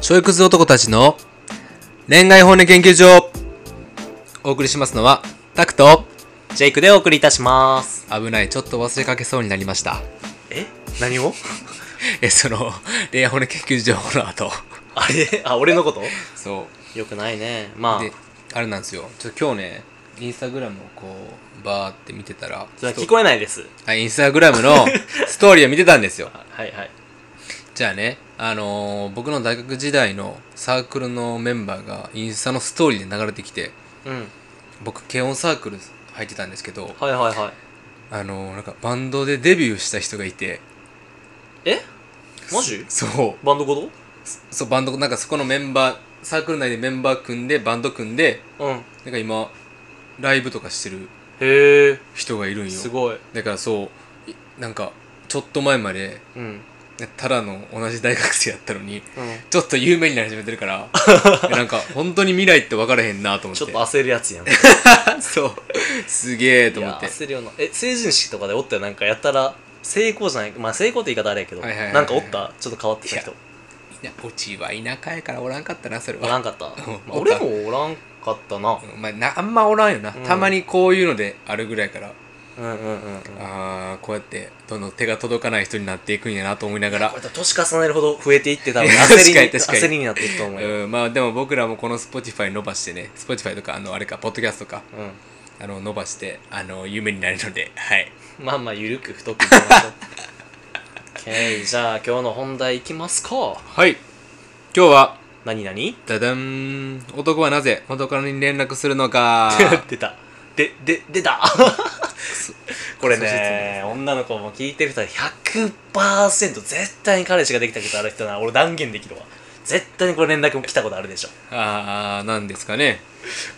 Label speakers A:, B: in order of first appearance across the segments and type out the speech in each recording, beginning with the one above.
A: ちょいくず男たちの恋愛本音研究所お送りしますのはタクト
B: ジェイクでお送りいたします。
A: 危ないちょっと忘れかけそうになりました
B: え何を
A: えその恋愛本音研究所の後
B: あれあ、俺のこと
A: そ
B: よくないね。ま
A: う
B: あ
A: で、あれなんですよちょっと今日ねインスタグラムをこうバーって見てたら
B: それは聞こえないです。
A: はいインスタグラムの ストーリーを見てたんですよ
B: あはいはい。
A: じゃあね、あのー僕の大学時代のサークルのメンバーがインスタのストーリーで流れてきて
B: うん。
A: 僕軽音サークル入ってたんですけど、
B: はいはいはい。
A: あのーなんかバンドでデビューした人がいて
B: えマジ
A: そう
B: バンドごと
A: そうバンドなんかそこのメンバーサークル内でメンバー組んでバンド組んで
B: うん。
A: なんか今ライブとかしてる
B: へえ。
A: 人がいるんよ
B: すごい。
A: だからそういなんかちょっと前まで
B: うん。うん。
A: ただの同じ大学生やったのにちょっと有名になり始めてるから いやなんか本当に未来って分からへんなと思っ
B: ち
A: て
B: ょっと焦るやつやん。 い
A: そう。すげえと思
B: や
A: って。
B: 焦るよな。え、成人式とかでおったよ。なんかやったら、成功じゃない。まあ成功って言い方あれやけど、
A: はいはいはいはい
B: なんかおったちょっと変わってきた人。
A: いや、うちは田舎やからおらんかったな、それ
B: おら
A: は。
B: んかった。まあ
A: おった
B: 俺もおらんかったな。
A: うんまあ、なあんまおらんよな、
B: うん
A: たまにこういうのであるぐらいから
B: うんうんうんうん。
A: ああこうやってどんどん手が届かない人になっていくんやなと思いなが
B: こ
A: ら
B: れ年重ねるほど増えて いって多分
A: 確か
B: 焦
A: に
B: りに
A: 確かに
B: 焦りになっていくと思うよ、
A: うんまあでも僕らもこの Spotify 伸ばしてね Spotify とかあのあれかポッドキャストか
B: う
A: あの伸ばしてあの夢になるのではい
B: ん、まあまあゆるく太くいきましょう OK じゃあ今日の本題いきますか
A: はい今日は
B: 何何
A: ダダン男はなぜ元カノに連絡するのか
B: 出たでで 出たこれね女の子も聞いてる人は100%絶対に彼氏ができたことある人なら俺断言できるわ絶対にこれ連絡も来たことあるでしょ
A: ああなんですかね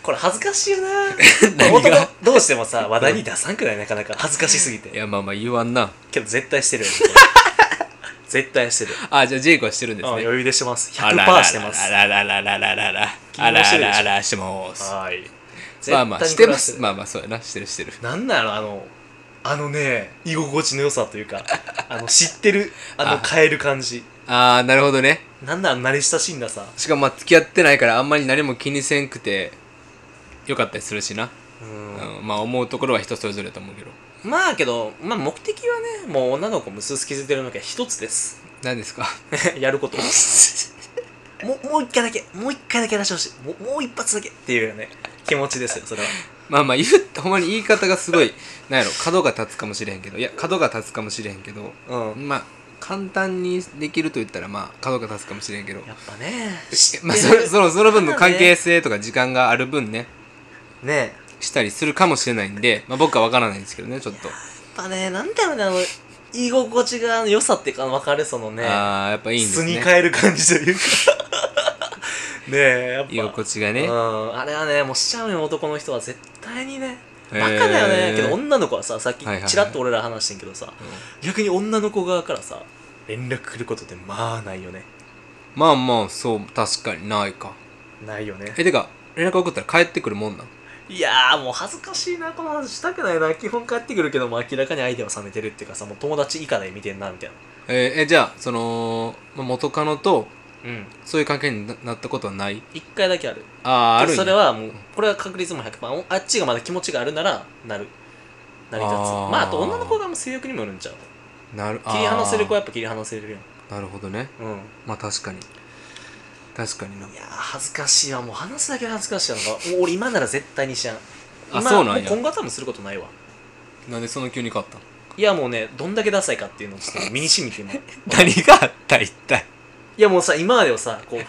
B: これ恥ずかしいよな
A: 何が
B: 男どうしてもさ話題に出さんくないなかなか恥ずかしすぎて
A: いやまあまあ言わんな
B: けど絶対して るよ絶対してる、
A: あじゃあジェイクはしてるんです
B: うん
A: ね
B: 余裕でしてます
A: あら
B: 100%してます
A: あららららららららあららららしてます。
B: はい
A: まあまあ、
B: 絶
A: し
B: 対
A: てま
B: にこれは
A: す。まあまあ、そうやな。してるしてる。
B: なんなのあのあのね居心地の良さというか あの知ってるあの
A: あ
B: 変える感じ
A: ああ、なるほどね。
B: なんなの慣れ親しんださ
A: しかもまあ、付き合ってないからあんまり何も気にせんくて、よかったりするしな。
B: うん
A: うん、まあ、思うところは人それぞれだと思うけど。
B: まあけど、まあ、目的はねもう女の子も薄々気づいてるのが一つです
A: 何ですか
B: やる こともうもう一回だけもう一回だけ出してほしいもうもう一発だけっていうね気持ちですよそれは
A: まあまあ、言う、ほんまに言い方がすご い、なんやろ、角が立つかもしれへんけど、いや、角が立つかもしれへんけど、
B: うん
A: まあ、簡単にできると言ったら、まあ、角が立つかもしれんけど、
B: やっぱ ね
A: まあ、そのそのその分の関係
B: ね
A: 性とか時間がある分ね、
B: ねやっ
A: したりするかもしれないんで、まあ、僕は分からないんですけどねちょっと、
B: ぱねなんだろうねあの居心地が良さっていうか分かるそのね
A: ああやっぱいいんです
B: 素に
A: ね
B: 変える感じと いうかねえやっぱ
A: 居心地がね
B: うんあれはねもうしちゃうよ男の人は絶対にね
A: へー
B: バカだよね、けど女の子はささっき
A: はいはいはい
B: ちらっと俺ら話してんけどさ、逆に女の子側からさ連絡来ることってまあないよね
A: まあまあそう確かにないか
B: ないよね
A: えてか連絡送ったら帰ってくるもんなん
B: いやーもう恥ずかしいなこの話したくないな基本帰ってくるけども明らかに相手は冷めてるっていうかさもう友達以下で見てんなみたいな
A: えーえじゃあそのまあ元カノと
B: うん
A: そういう関係にななったことはない
B: 一回だけある
A: あああるんや
B: それはもうこれは確率も100%おあっちがまだ気持ちがあるならなる成り立つ
A: あー
B: まああと女の子がもう性欲にもよるんちゃう
A: なるあー
B: 切り離せる子はやっぱ切り離せるやん
A: なるほどね
B: うん
A: まあ確かに確かにない
B: やー恥ずかしいわもう話すだけ恥ずかしいわ なんかもう俺今なら絶対にしやん
A: あ
B: 今
A: そうなんや
B: も今後は多分することないわ
A: なんでその急に勝った の
B: いやもうねどんだけダサいかっていうのをちょっと身に染みて 今い
A: 何があった一体
B: やもうさ今までをさこう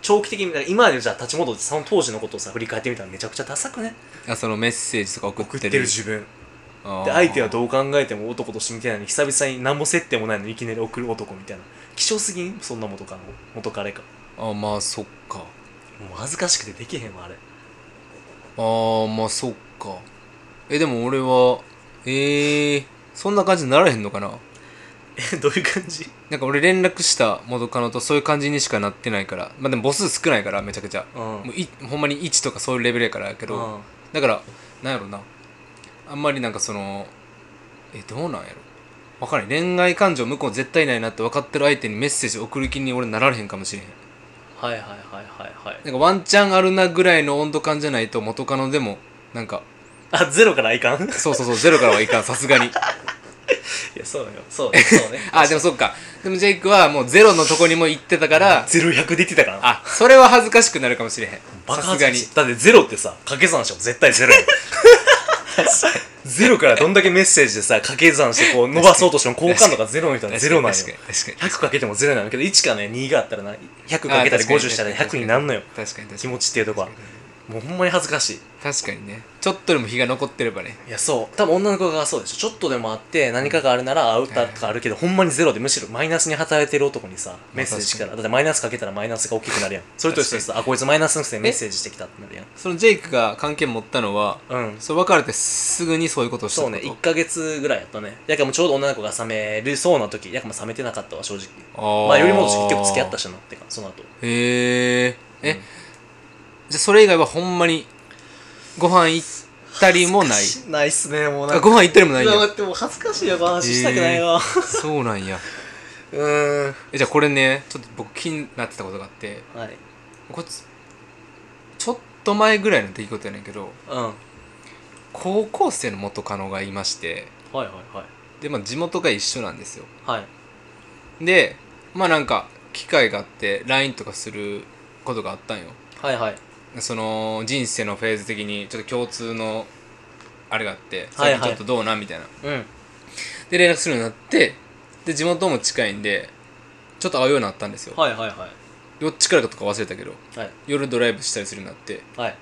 B: 長期的に今までをじゃあ立ち戻ってその当時のことをさ振り返ってみたらめちゃくちゃダサくね
A: あそのメッセージとか送ってる
B: 分
A: あー
B: で相手はどう考えても男としてみたいなのに久々に何も接点もないのにいきなり送る男みたいな希少すぎんそんな元カノ元彼か
A: あまあそっか
B: もう恥ずかしくてできへんわあ
A: あ
B: れ
A: あまあそっかえでも俺はえー、そんな感じにならへんのかな
B: えどういう感じ
A: なんか俺連絡した元カノとそういう感じにしかなってないからまあでも母数少ないからめちゃくちゃ
B: うん
A: もういほんまに1とかそういうレベルやからやけど
B: うん
A: だからなんやろなあんまりなんかそのえどうなんやろ分からんない恋愛感情向こう絶対ないなって分かってる相手にメッセージ送る気に俺なられへんかもしれへん
B: はいはいはいはいはい
A: なんかワンチャンあるなぐらいの温度感じゃないと元カノでもなんか
B: あゼロからいかんい
A: そうそうそうゼロからはいかんさすがに
B: やそうよそうねそうね
A: あでもそっかでもジェイクはもうゼロのとこにも行ってたから
B: ゼロ百で言ってたから
A: あそれは恥ずかしくなるかもしれへん
B: バ
A: さ
B: カ
A: すがに
B: だってゼロってさ掛け算しても絶対ゼロやんゼロからどんだけメッセージでさ掛け算してこう伸ばそうとしても交換度がゼロの人はゼロなんよ
A: 確かに確かに
B: 100かけてもゼロなのけど1かね2があったらな100かけたり
A: あ確かに
B: 50したら100になんのよ
A: 確かに確
B: 気
A: かに
B: 持ちっていうとこはもうほんまに恥ずかしい
A: 確かにねちょっとでも日が残ってればね
B: いやそう多分女の子がそうでしょちょっとでもあって何かがあるなら会うたとかあるけど、ほんまにゼロでむしろマイナスに働いてる男にさメッセージしたらだってマイナスかけたらマイナスが大きくなるやんそれと一緒でさあこいつマイナスのくせにメッセージしてきたってなるやん
A: そのジェイクが関係持ったのは
B: うん
A: そう別れてすぐにそういうことをした
B: そ
A: こ
B: う
A: と
B: ね1ヶ月ぐらいやったねやかもうちょうど女の子が冷めるそうな時やかも冷めてなかったわ正直
A: あ
B: まあより戻して結局付き合った
A: し
B: しなってかその後
A: へええ、
B: うん
A: じゃあそれ以外はほんまにご飯行ったりもない
B: ないっすねもう
A: あご飯行ったりもないんや
B: ってもう恥ずかしいよ話
A: したくないわそうなんや
B: うーん
A: えじゃあこれねちょっと僕気になってたことがあって
B: はい
A: こいつちょっと前ぐらいの出来事やねんけど
B: うんはい
A: 高校生の元カノがいまして
B: はい
A: で、まあ、地元が一緒なんですよ
B: はいはい
A: でまあなんか機会があって LINE とかすることがあったんよ
B: はいはい
A: その人生のフェーズ的にちょっと共通のあれがあって
B: はいはい
A: 最近ちょっとどうなみたいな
B: うん
A: で連絡するようになってで地元も近いんでちょっと会うようになったんですよ
B: はいはいはい
A: どっちからかとか忘れたけど
B: はい
A: 夜ドライブしたりするようになって
B: はい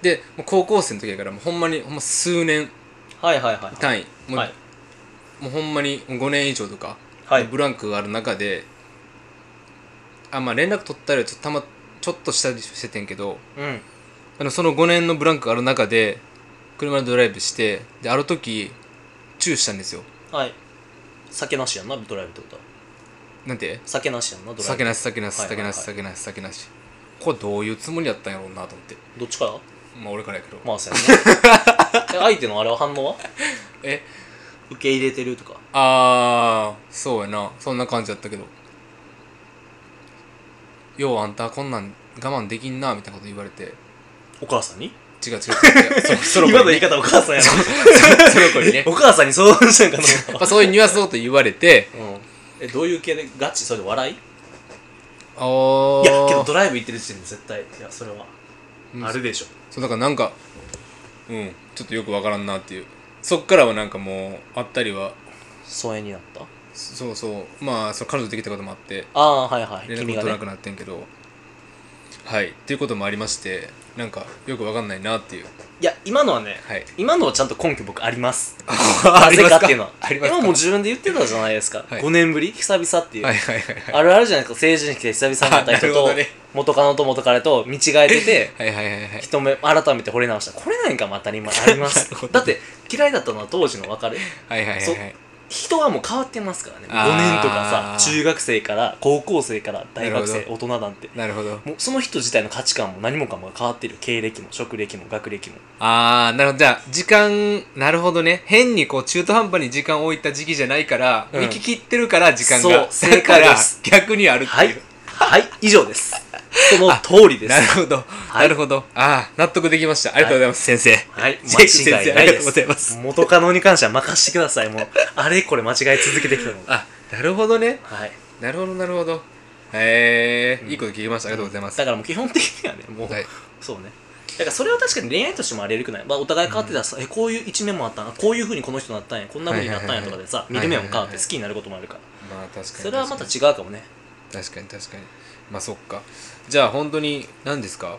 A: でもう高校生の時やからもうほんまにほんま数年
B: はいはいはい
A: 単位もう,、
B: はい
A: もうほんまに5年以上とか、
B: はい
A: ブランクがある中であまあ連絡取ったりはちょっとたまちょっとしたりしててんけど
B: うん
A: あのその5年のブランクがある中で車でドライブしてである時チューしたんですよ
B: はい酒なしやんなドライブってことは
A: なんて
B: 酒なしやんなドライブ
A: 酒なし酒なし
B: はいはい
A: 酒
B: は
A: ないし酒なし酒なしこれどういうつもりやったんやろうなと思って
B: どっちから
A: まあ俺からやけど
B: まあそうやなえ相手のあれは反応は
A: え
B: 受け入れてるとか
A: あーそうやなそんな感じだったけどようあんたこんなん我慢できんなみたいなこと言われて
B: お母さんに
A: 違う違う違う違うその
B: 今の
A: 子に
B: 言い
A: ね
B: 方お母さんや ろ
A: その子にね
B: お母さんに相談したんか と
A: ま
B: 思っ
A: あそういうニュアンスのこと言われて
B: たうんえどういう系でガチそれで笑い
A: ああ
B: いやけどドライブ行ってる時点で絶対いやそれは
A: うん
B: あるでしょ
A: そうだからなんかうんちょっとよくわからんなっていうそっからはなんかもうあったりは
B: 疎遠になった
A: そうそうまあその彼女できたこともあって
B: ああはいはい
A: 連
B: 君
A: 絡も
B: が
A: 取ら
B: ね
A: なくなってんけど、はいっていうこともありましてなんかよくわかんないなっていう
B: いや今のはね
A: はい
B: 今のはちゃんと根拠僕あります
A: あ
B: なぜかっていうのは
A: ありますか
B: 今もう自分で言ってたじゃないですか
A: はい
B: 5年ぶり久々っていう
A: はいはいはいはい
B: あるあるじゃないですか成人して久々に会った人
A: あなるほ
B: と
A: どね
B: 元カノと元彼と見違えてて
A: はいはいはいはい
B: 一目改めて惚れ直したこれなんかも当たり前あり ま
A: なるほ
B: す
A: ど
B: だって嫌いだったのは当時の別れ
A: はいはいはいはい
B: 人はもう変わってますからね5
A: あー
B: 年とかさ中学生から高校生から大学
A: な
B: 生
A: る
B: 大人なんて
A: なるほど
B: もうその人自体の価値観も何もかもが変わってる経歴も職歴も学歴も
A: ああなるほどじゃあ時間なるほどね変にこう中途半端に時間を置いた時期じゃないから、
B: うん
A: 見聞き切ってるから時間が
B: そう正
A: だか
B: 解で
A: ら
B: す
A: 逆にあるっていう、
B: はいはい以上ですその通りで
A: なる
B: す
A: ほど、
B: い
A: なるほどああ納得できましたありがとうございます、先生
B: はい
A: ジェイ ク先生
B: 間違いない
A: ありが
B: で
A: とう
B: す
A: ございます
B: 元カノに関しては任せてくださいもうあれこれ間違い続けて きたの
A: あなるほどね
B: はい
A: なるほどなるほどへえ、いいこと聞きましたありがとうございます、
B: だからもう基本的にはねもう、
A: はい
B: そうねだからそれは確かに恋愛としてもありえるくない、まあ、お互い変わってたらさ、えこういう一面もあったなこういうふうにこの人になったんやこんなふうになったんやとかでさ、
A: はいはいはい
B: 見る目も変わ
A: はい
B: っ
A: はい
B: て
A: はい
B: 好きになることもあるから、
A: まあ確かに
B: それはまた
A: 確
B: 違うかもね
A: かに確かに確かにまあそっかじゃあ本当に何ですか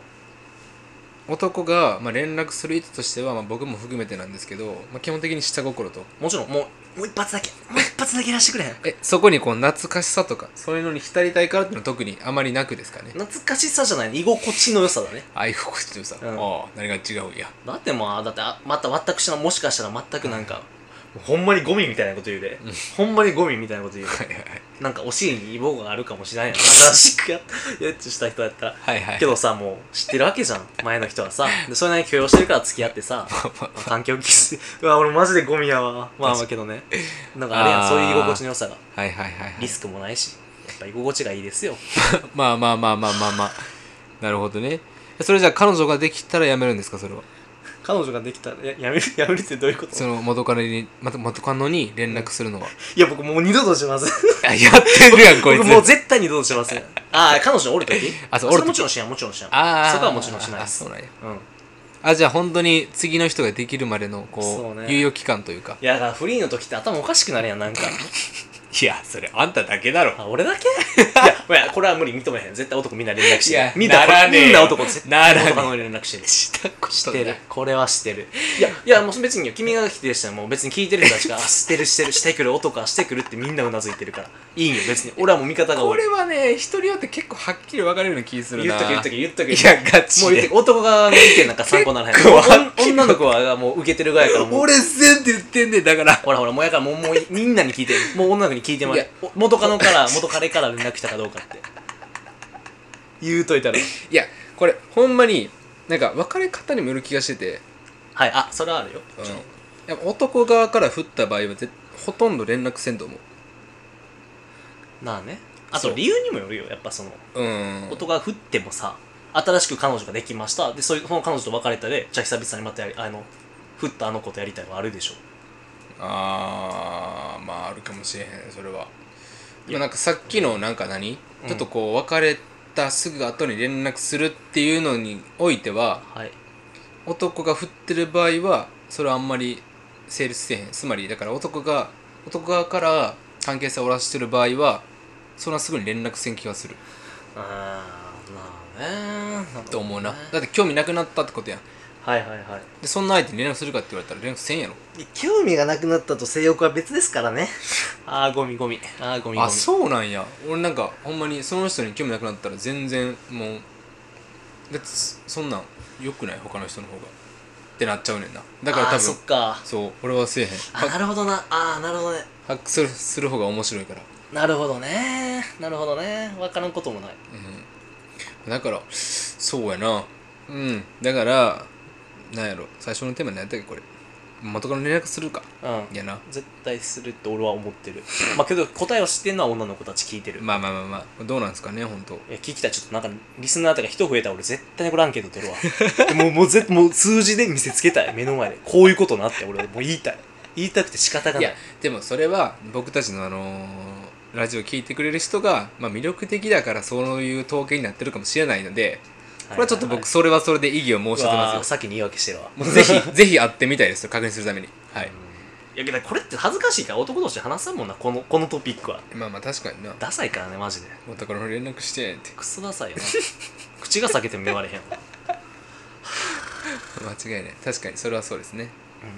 A: 男が、まあ、連絡する意図としては、まあ、僕も含めてなんですけど、まあ、基本的に下心と
B: もちろんもうもう一発だけもう一発だけいらしてくれへん
A: えそこにこう懐かしさとかそういうのに浸りたいからっていうのは特にあまりなくですかね
B: 懐かしさじゃない居心地の良さだね
A: ああいう心地のさ、
B: うん
A: ああ何が違うんや
B: だってまあだってあまた私のもしかしたら全くなんか、ほんまにゴミみたいなこと言うで、ほんまにゴミみたいなこと言うで
A: はいはい
B: なんかお尻にイボがあるかもしれないな新しくやっやっちした人やったら
A: はいはい
B: けどさもう知ってるわけじゃん前の人はさでそれなりに許容してるから付き合っ てさ環境をきすうわ俺マジでゴミやわまあまあけどねなんかあれや
A: あ
B: ん
A: ー
B: そういう居心地の良さが
A: はいはいはいはい
B: リスクもないしぱ居心地がいいですよ
A: まあまあまあまあまあまあなるほどねそれじゃあ彼女ができたらやめるんですかそれは
B: 彼女ができたらややめる やめるってどういうこと
A: その元カノにまた元カノに連絡する のは
B: いや僕もう二度としません
A: あやってるやんこいつ
B: 僕もう絶対二度としませんああ彼女おるとき
A: あそうお
B: そ
A: る
B: れも
A: 時
B: ちろんしないもちろんしない
A: ああ
B: そこはもちろんしないです
A: あそうなんや
B: うん
A: あじゃあ本当に次の人ができるまでの
B: そ
A: こ
B: う
A: う
B: ね
A: 猶予期間というか
B: いやだからフリーの時って頭おかしくなるやんなんか
A: いやそれあんただけだろ
B: あ俺だけ いやいやこれは無理認めへん絶対男みんな連絡して
A: いや
B: みんな
A: ならねえよ
B: みんな男絶
A: な
B: 対
A: らねえ
B: 男の連絡してるし
A: 抱っこし
B: してて
A: る
B: るこれはしてるいやいやもう別に君が否定したらもう別に聞いてる人た ちがあしてるしてるしてくる男はしてくるってみんなうなずいてるからいいんよ別に俺はもう味方が
A: こ
B: 多い
A: れはね一人よって結構はっきり分かれるような気する
B: 言
A: な
B: っとけ言っとけ言っとけ
A: いやガチで
B: もう言っとけ男側の意見なんか参考にならへん
A: 結構はっきり
B: おん女の子はもう受けてるぐらいやからもう
A: 俺せんって言ってんねんだから
B: ほらほらもうやからもうもうみんなに聞いてもう女の子に聞いてもら
A: いや
B: うお元カノから元彼から連絡来たかどうかって言うといたら
A: いやこれほんまになんか別れ方にもよる気がしてて、
B: はいあそれはあるよ
A: うん、やっぱ男側から振った場合はぜほとんど連絡せんと思う
B: まあねあ
A: そ
B: と
A: う
B: 理由にもよるよやっぱその
A: うん
B: 音が降ってもさ新しく彼女ができましたでそれその彼女と別れたでじゃあ久々にまたやりあの降ったあの子とやりたいのあるでしょ
A: あーまああるかもしれへんそれはでもなんかさっきのなんか何、ちょっとこう別れたすぐ後に連絡するっていうのにおいては
B: はい
A: 男が振ってる場合はそれはあんまり成立せえへんつまりだから男が男側から関係性を終わらしてる場合はそんなすぐに連絡せん気がする
B: あーまあね
A: と思うな
B: るほど
A: だ
B: ね
A: って興味なくなったってことやん
B: はいはいはい
A: でそんな相手に連絡するかって言われたら連絡せんやろ
B: 興味がなくなったと性欲は別ですからね ああゴミゴミああゴミゴミ
A: あそうなんや俺なんかほんまにその人に興味なくなったら全然もうだってそそんなんよくない他の人の方がってなっちゃうねんなだから多
B: あー
A: 分
B: そ
A: そ
B: っか
A: う俺はせえへん
B: あなるほどなああなるほどね
A: 発掘するする方が面白いから
B: なるほどねなるほどね分からんこともない
A: うんだからそうやなうんだからなんやろ最初のテーマ何やったっけこれ元から連絡するか
B: うん
A: やな
B: 絶対するって俺は思ってるまあけど答えを知ってんのは女の子たち聞いてる
A: まあまあまあまあどうなんですかね本当
B: いや聞きたいちょっとなんかリスナーとか人増えたら俺絶対これアンケート取るわもうもうぜもう数字で見せつけたい目の前でこういうことなって俺もう言いたい言いたくて仕方が
A: い
B: な
A: や
B: い
A: でもそれは僕たちのあのーラジオ聞いてくれる人が、まあ、魅力的だからそういう統計になってるかもしれないのでこれはちょっと僕それはそれで異議を申し立て
B: さ
A: ます
B: さっきに言い訳してるわ
A: よ もうぜ ひぜひ会ってみたいですよ確認するためにはい
B: いやけどこれって恥ずかしいから男同士で話さんもんなこのこのトピックは
A: まあまあ確かにな
B: ダサいからねマジで
A: 元から連絡してって
B: クソダ サいよな口が裂けても言われへんわ
A: 間違いない確かにそれはそうですね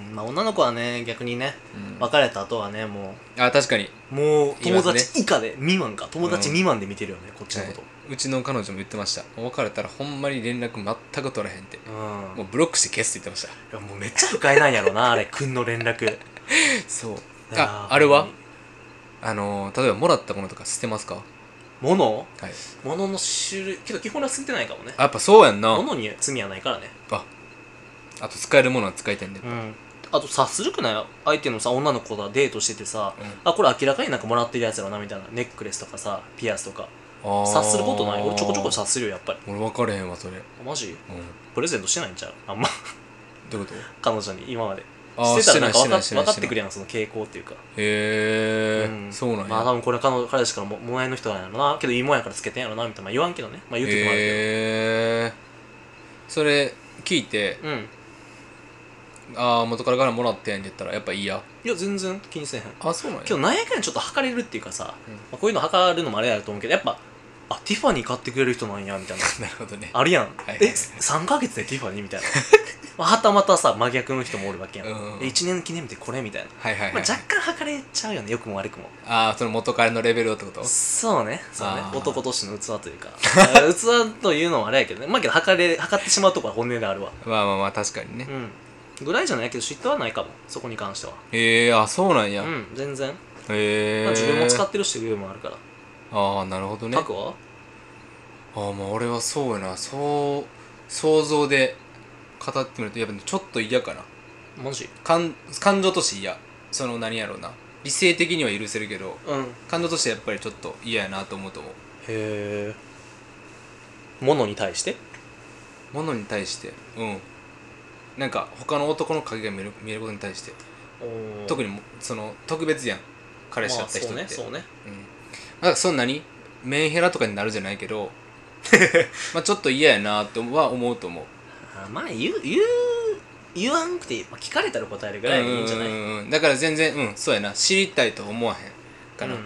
B: うんまあ女の子はね逆にね
A: うん
B: 別れた後はねも
A: あ確かに、
B: うもう
A: いま
B: 友
A: すね
B: 達以下で未満か友達
A: うん
B: 未満で見てるよねこっちの
A: はい
B: こと
A: うちの彼女も言ってましたもう別れたらほんまに連絡全く取らへんって
B: うん
A: もうブロックして消すって言ってまし
B: いやもうめっちゃ不快なんやろなあれくんの連絡
A: たそう
B: な
A: ああれはあのー例えばもらったものとか捨てますかは
B: 物
A: い
B: 物の種類けど基本は捨ててないかもね
A: あやっぱそうやんな
B: 物に罪はないからね
A: ああと使えるものは使いたいんで、
B: んあとさずるくない相手のさ女の子とデートしててさ、
A: うん
B: あこれ明らかになんかもらってるやつやろなみたいなネックレスとかさピアスとか
A: あ
B: 察することない俺ちょこちょこ
A: さ
B: 察するよやっぱり
A: 俺分かれへんわそれ、うん、
B: あマジ
A: ど
B: プレゼントしてないんちゃうあんま
A: ういうこと
B: 彼女に今まで
A: あー
B: してたらなんか
A: してない
B: 分か分
A: してない
B: かってくるやんその傾向っていうか
A: へえ、
B: うん
A: そうなんや、
B: まあ多分これ彼女彼氏からももらいの人なんやろなけどいいもんやからつけてんやろなみたいなまあ言わんけどねまあ言う時もあるけ
A: へ
B: ど、
A: えそれ聞いて、
B: うん
A: ああ元からからもらってんって言ったらやっぱいいや
B: いや全然気にせえへん
A: あそうなんや
B: 今日何やかんやちょっと測れるっていうかさ、
A: うん
B: まあこういうの測るのもあれやと思うけどやっぱあティファニー買ってくれる人なんやみたい な
A: なるほどね
B: あるやん、
A: はい
B: え3ヶ月でティファニーみたいな まあはたまたさ真逆の人もおるわけやん、
A: うん
B: え1年記念日でこれみたいな、
A: はいはいはい、
B: まあ、若干測れちゃうよねよくも悪くも
A: ああその元彼のレベルをってこと
B: そうねそうね
A: あー
B: 男としての器というか あ器というのもあれやけどねまあけど測れ測ってしまうとこは本音であるわ
A: まあまあまあ確かにね、
B: うんぐらいじゃないけど嫉妬はないかもそこに関しては
A: へえあそうなんや、
B: う
A: へ
B: ん全然、
A: え
B: まあ自分も使ってるしいうのもあるから、
A: ああなるほどね
B: タクは
A: ああまあ俺はそうやなそう想像で語ってみるとやっぱちょっと嫌かな
B: マジ
A: 感感情として嫌その何やろうな理性的には許せるけど
B: うんへ
A: 感情としてやっぱりちょっと嫌やなと思うと思う
B: えものに対して
A: ものに対してうんなんか他の男の影が見える見えることに対して特
B: に
A: にもその特別やん彼氏だった人って、
B: まあ、そうねそうね
A: うんまあ、そんなにメンヘラとかになるじゃないけど まあちょっと嫌やなとは思うと思う
B: あまあ言う言う言わんくていい、まあ、聞かれたら答えるぐらいでいいんじゃない
A: うんうんうんだから全然うんそうやな知りたいとは思わへんかな、
B: うん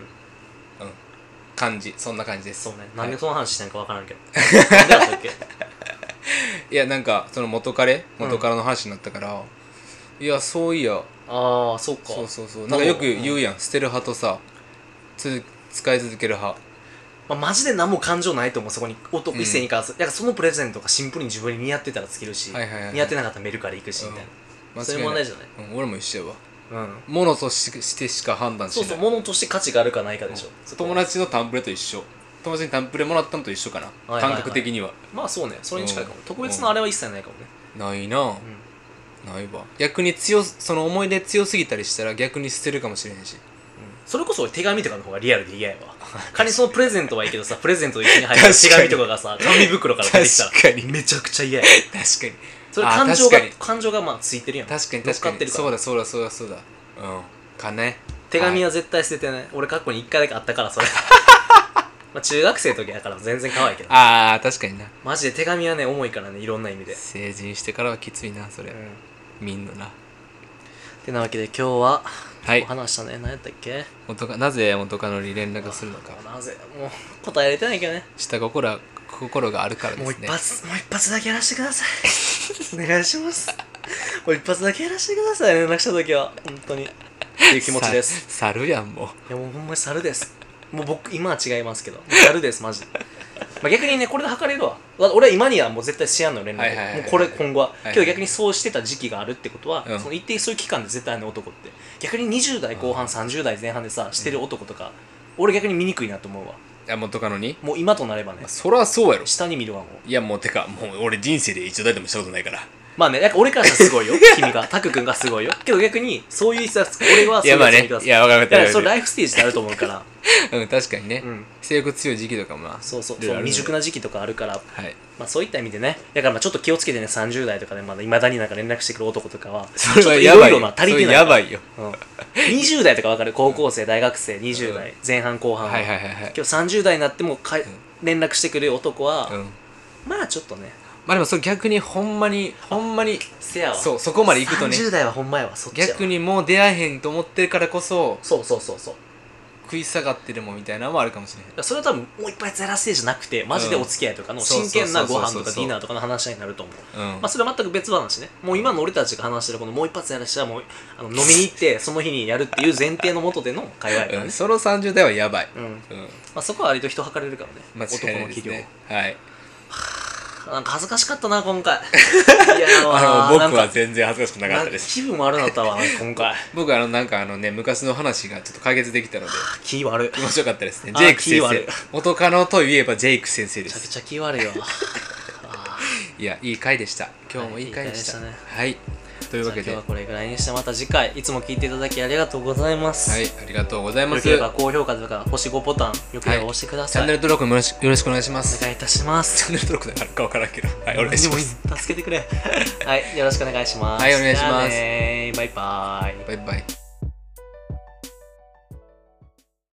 A: 感じそんな感じです
B: そうね
A: は
B: なん
A: い
B: でその話してんのか分からんけどなんでだったっけ
A: いやなんかその元彼
B: うん
A: 元彼の話になったから、いやそういや
B: ああそうか
A: そうそうそうなんかよく言うやん、捨てる派とさつ使い続ける派
B: まあ、マジで何も感情ないと思うそこに音
A: うん
B: 一斉にかわす、だからそのプレゼントがシンプルに自分に似合ってたらつけるし、
A: はいはいはい
B: 似合ってなかったらメルカリ行くしみたいな、
A: 間
B: そうい
A: 違
B: う
A: い
B: 問
A: ない
B: 題じゃない
A: うん、俺も一緒やわ
B: うん
A: ものとししてしか判断し
B: そ
A: ない
B: うそう物として価値があるかないかでしょ、そこは
A: 友達のタンプレと一緒友達にタンプレもらったのと一緒かな、
B: いはいはい
A: 感覚的には
B: まあそうねそれに近いかも、
A: うん
B: 特別のあれは一切ないかもね
A: ないな、ないわ逆に強すその思い出強すぎたりしたら逆に捨てるかもしれへんし
B: それこそ俺手紙とかの方がリアルで嫌や わ仮にそのプレゼントはいいけどさプレゼントと一緒に入った手紙とかがさ紙袋から出てきたら
A: 確かに
B: めちゃくちゃ嫌や
A: 確かに
B: それ
A: あ
B: 感情が
A: 確かに
B: 感情がまあついてるやん
A: 確かに
B: 乗っ
A: 確か
B: かっ
A: に
B: てるから
A: そうだそうだそうだそうだうんかね
B: 手紙
A: は
B: は絶対捨ててない、俺過去に1回だけあったからそれまあ中学生の時だから全然可愛いけど
A: ああ確かにな
B: マジで手紙はね重いからねいろんな意味で、
A: 成人してからはきついなそれ、
B: うん
A: みんなな
B: てなわけで今日は、
A: はい
B: お話したね何やったっけ
A: 元カなぜ元カノに連絡するのか
B: なぜもう答えられてないけどね
A: 下心は心があるからで
B: もう
A: す
B: 一
A: ね
B: 発、もう一発だけやらせてくださいお願いしますもう一発だけやらせてください連絡した時は本当にっていう気持ちです
A: さ猿やんもう
B: いやもうほんまに猿ですもう僕今は違いますけどもう猿ですマジで、まあ、逆にねこれで測れるわだ俺は今にはもう絶対しやんのよ連絡、
A: はいはいはいはい
B: もうこれ今後は、
A: いはい
B: けど逆にそうしてた時期があるってことは、
A: うん
B: その一定そういう期間で絶対あるの男って逆に20代後半30代前半でさしてる男とか、俺逆に見にくいなと思うわ
A: いや元カノに
B: もう今となればね
A: そらそうやろ
B: 下に見るわもう
A: いやもうてかもう俺人生で一度だってもしたことないから
B: まあね、なんか俺からしたらす ごいよ、君が。タク君がすごいよ。けど逆に、そういう人は、俺はそう
A: い
B: い
A: や
B: う
A: まあ
B: 人
A: ね
B: 見だ
A: いや分かる分か
B: から
A: る
B: それライフステージであると思 うから、
A: うん確かにね、
B: うん
A: 性欲強い時期とかもな
B: そうそう、
A: いろい
B: そ
A: ろ
B: う
A: ある
B: 未
A: ので
B: 熟な時期とかあるから、
A: はい
B: まあそういった意味でね、だからまあちょっと気をつけてね、30代とかでまだ未だになんか連絡してくる男とかは、
A: それは
B: ちょ
A: や
B: っと
A: ば
B: い
A: い
B: ろいろ
A: よ
B: な足り
A: そ
B: て
A: れ
B: ない。
A: やばいよ
B: うん、20代とかわかる高校生、大学生、20代、前半、後半は。
A: はいはいはいはい
B: けど30代になってもかい連絡してくる男は、
A: うん
B: まあちょっとね、
A: まあでもそれ逆にほんまにほんまに
B: せやわ。
A: そうそこまで行くとね
B: 30代はほんまやわ、そっちやわ。
A: 逆にもう出会えへんと思ってるからこそ
B: そうそうそうそう。
A: 食い下がってでもみたいなのもあるかもしれへん
B: だからそれは多分もう一杯ゼラステージじゃなくてマジでお付き合いとかの
A: うん
B: 真剣な
A: そう
B: ご
A: そう
B: 飯
A: そ
B: と
A: うそう
B: かディナーとかの話になると思う、
A: うん
B: まあ、それは全く別話ねもう今の俺たちが話してるこのもう一発やらしたらもうあの飲みに行って その日にやるっていう前提のもとでの会話やから
A: うん
B: ね、
A: その30代はやばい
B: うんま
A: うん
B: あ、そこは割と人はかれるからね
A: 間違いないですねはい
B: 男の器量なんか恥ずかしかったな今 回いやー
A: あの僕
B: な
A: は
B: んか
A: 全然恥ずかしくなかったです
B: なんか気分悪なった わなんか今回
A: 僕あのなんかあのね昔の話がちょっと解決できたので
B: 気悪い
A: 面白かったですね
B: あー
A: ジェイク先
B: 気悪い
A: 生元カノといえばジェイク先生で
B: めちゃく
A: す
B: ちゃ気悪いわあー
A: いやいい回でした今日もいい回でした
B: はいいい回
A: はい
B: で
A: というわけ
B: じ
A: で
B: ゃあ
A: は
B: 今日はこれぐらいにしてまた次回いつも聞いていただきありがとうございます、
A: いありがとうございま
B: よ
A: す
B: け
A: チ
B: れば高評価とか星5ボタンよければ押してください、
A: ャンネル登録もよろしよろしくお願いします
B: お願いいたします
A: チャンネル登録だからか分からんけどはいお願いします
B: 何でもいい助けてくれはいよろしくお願いします
A: はいお願いします
B: じゃあねーバイバイ
A: バイバイ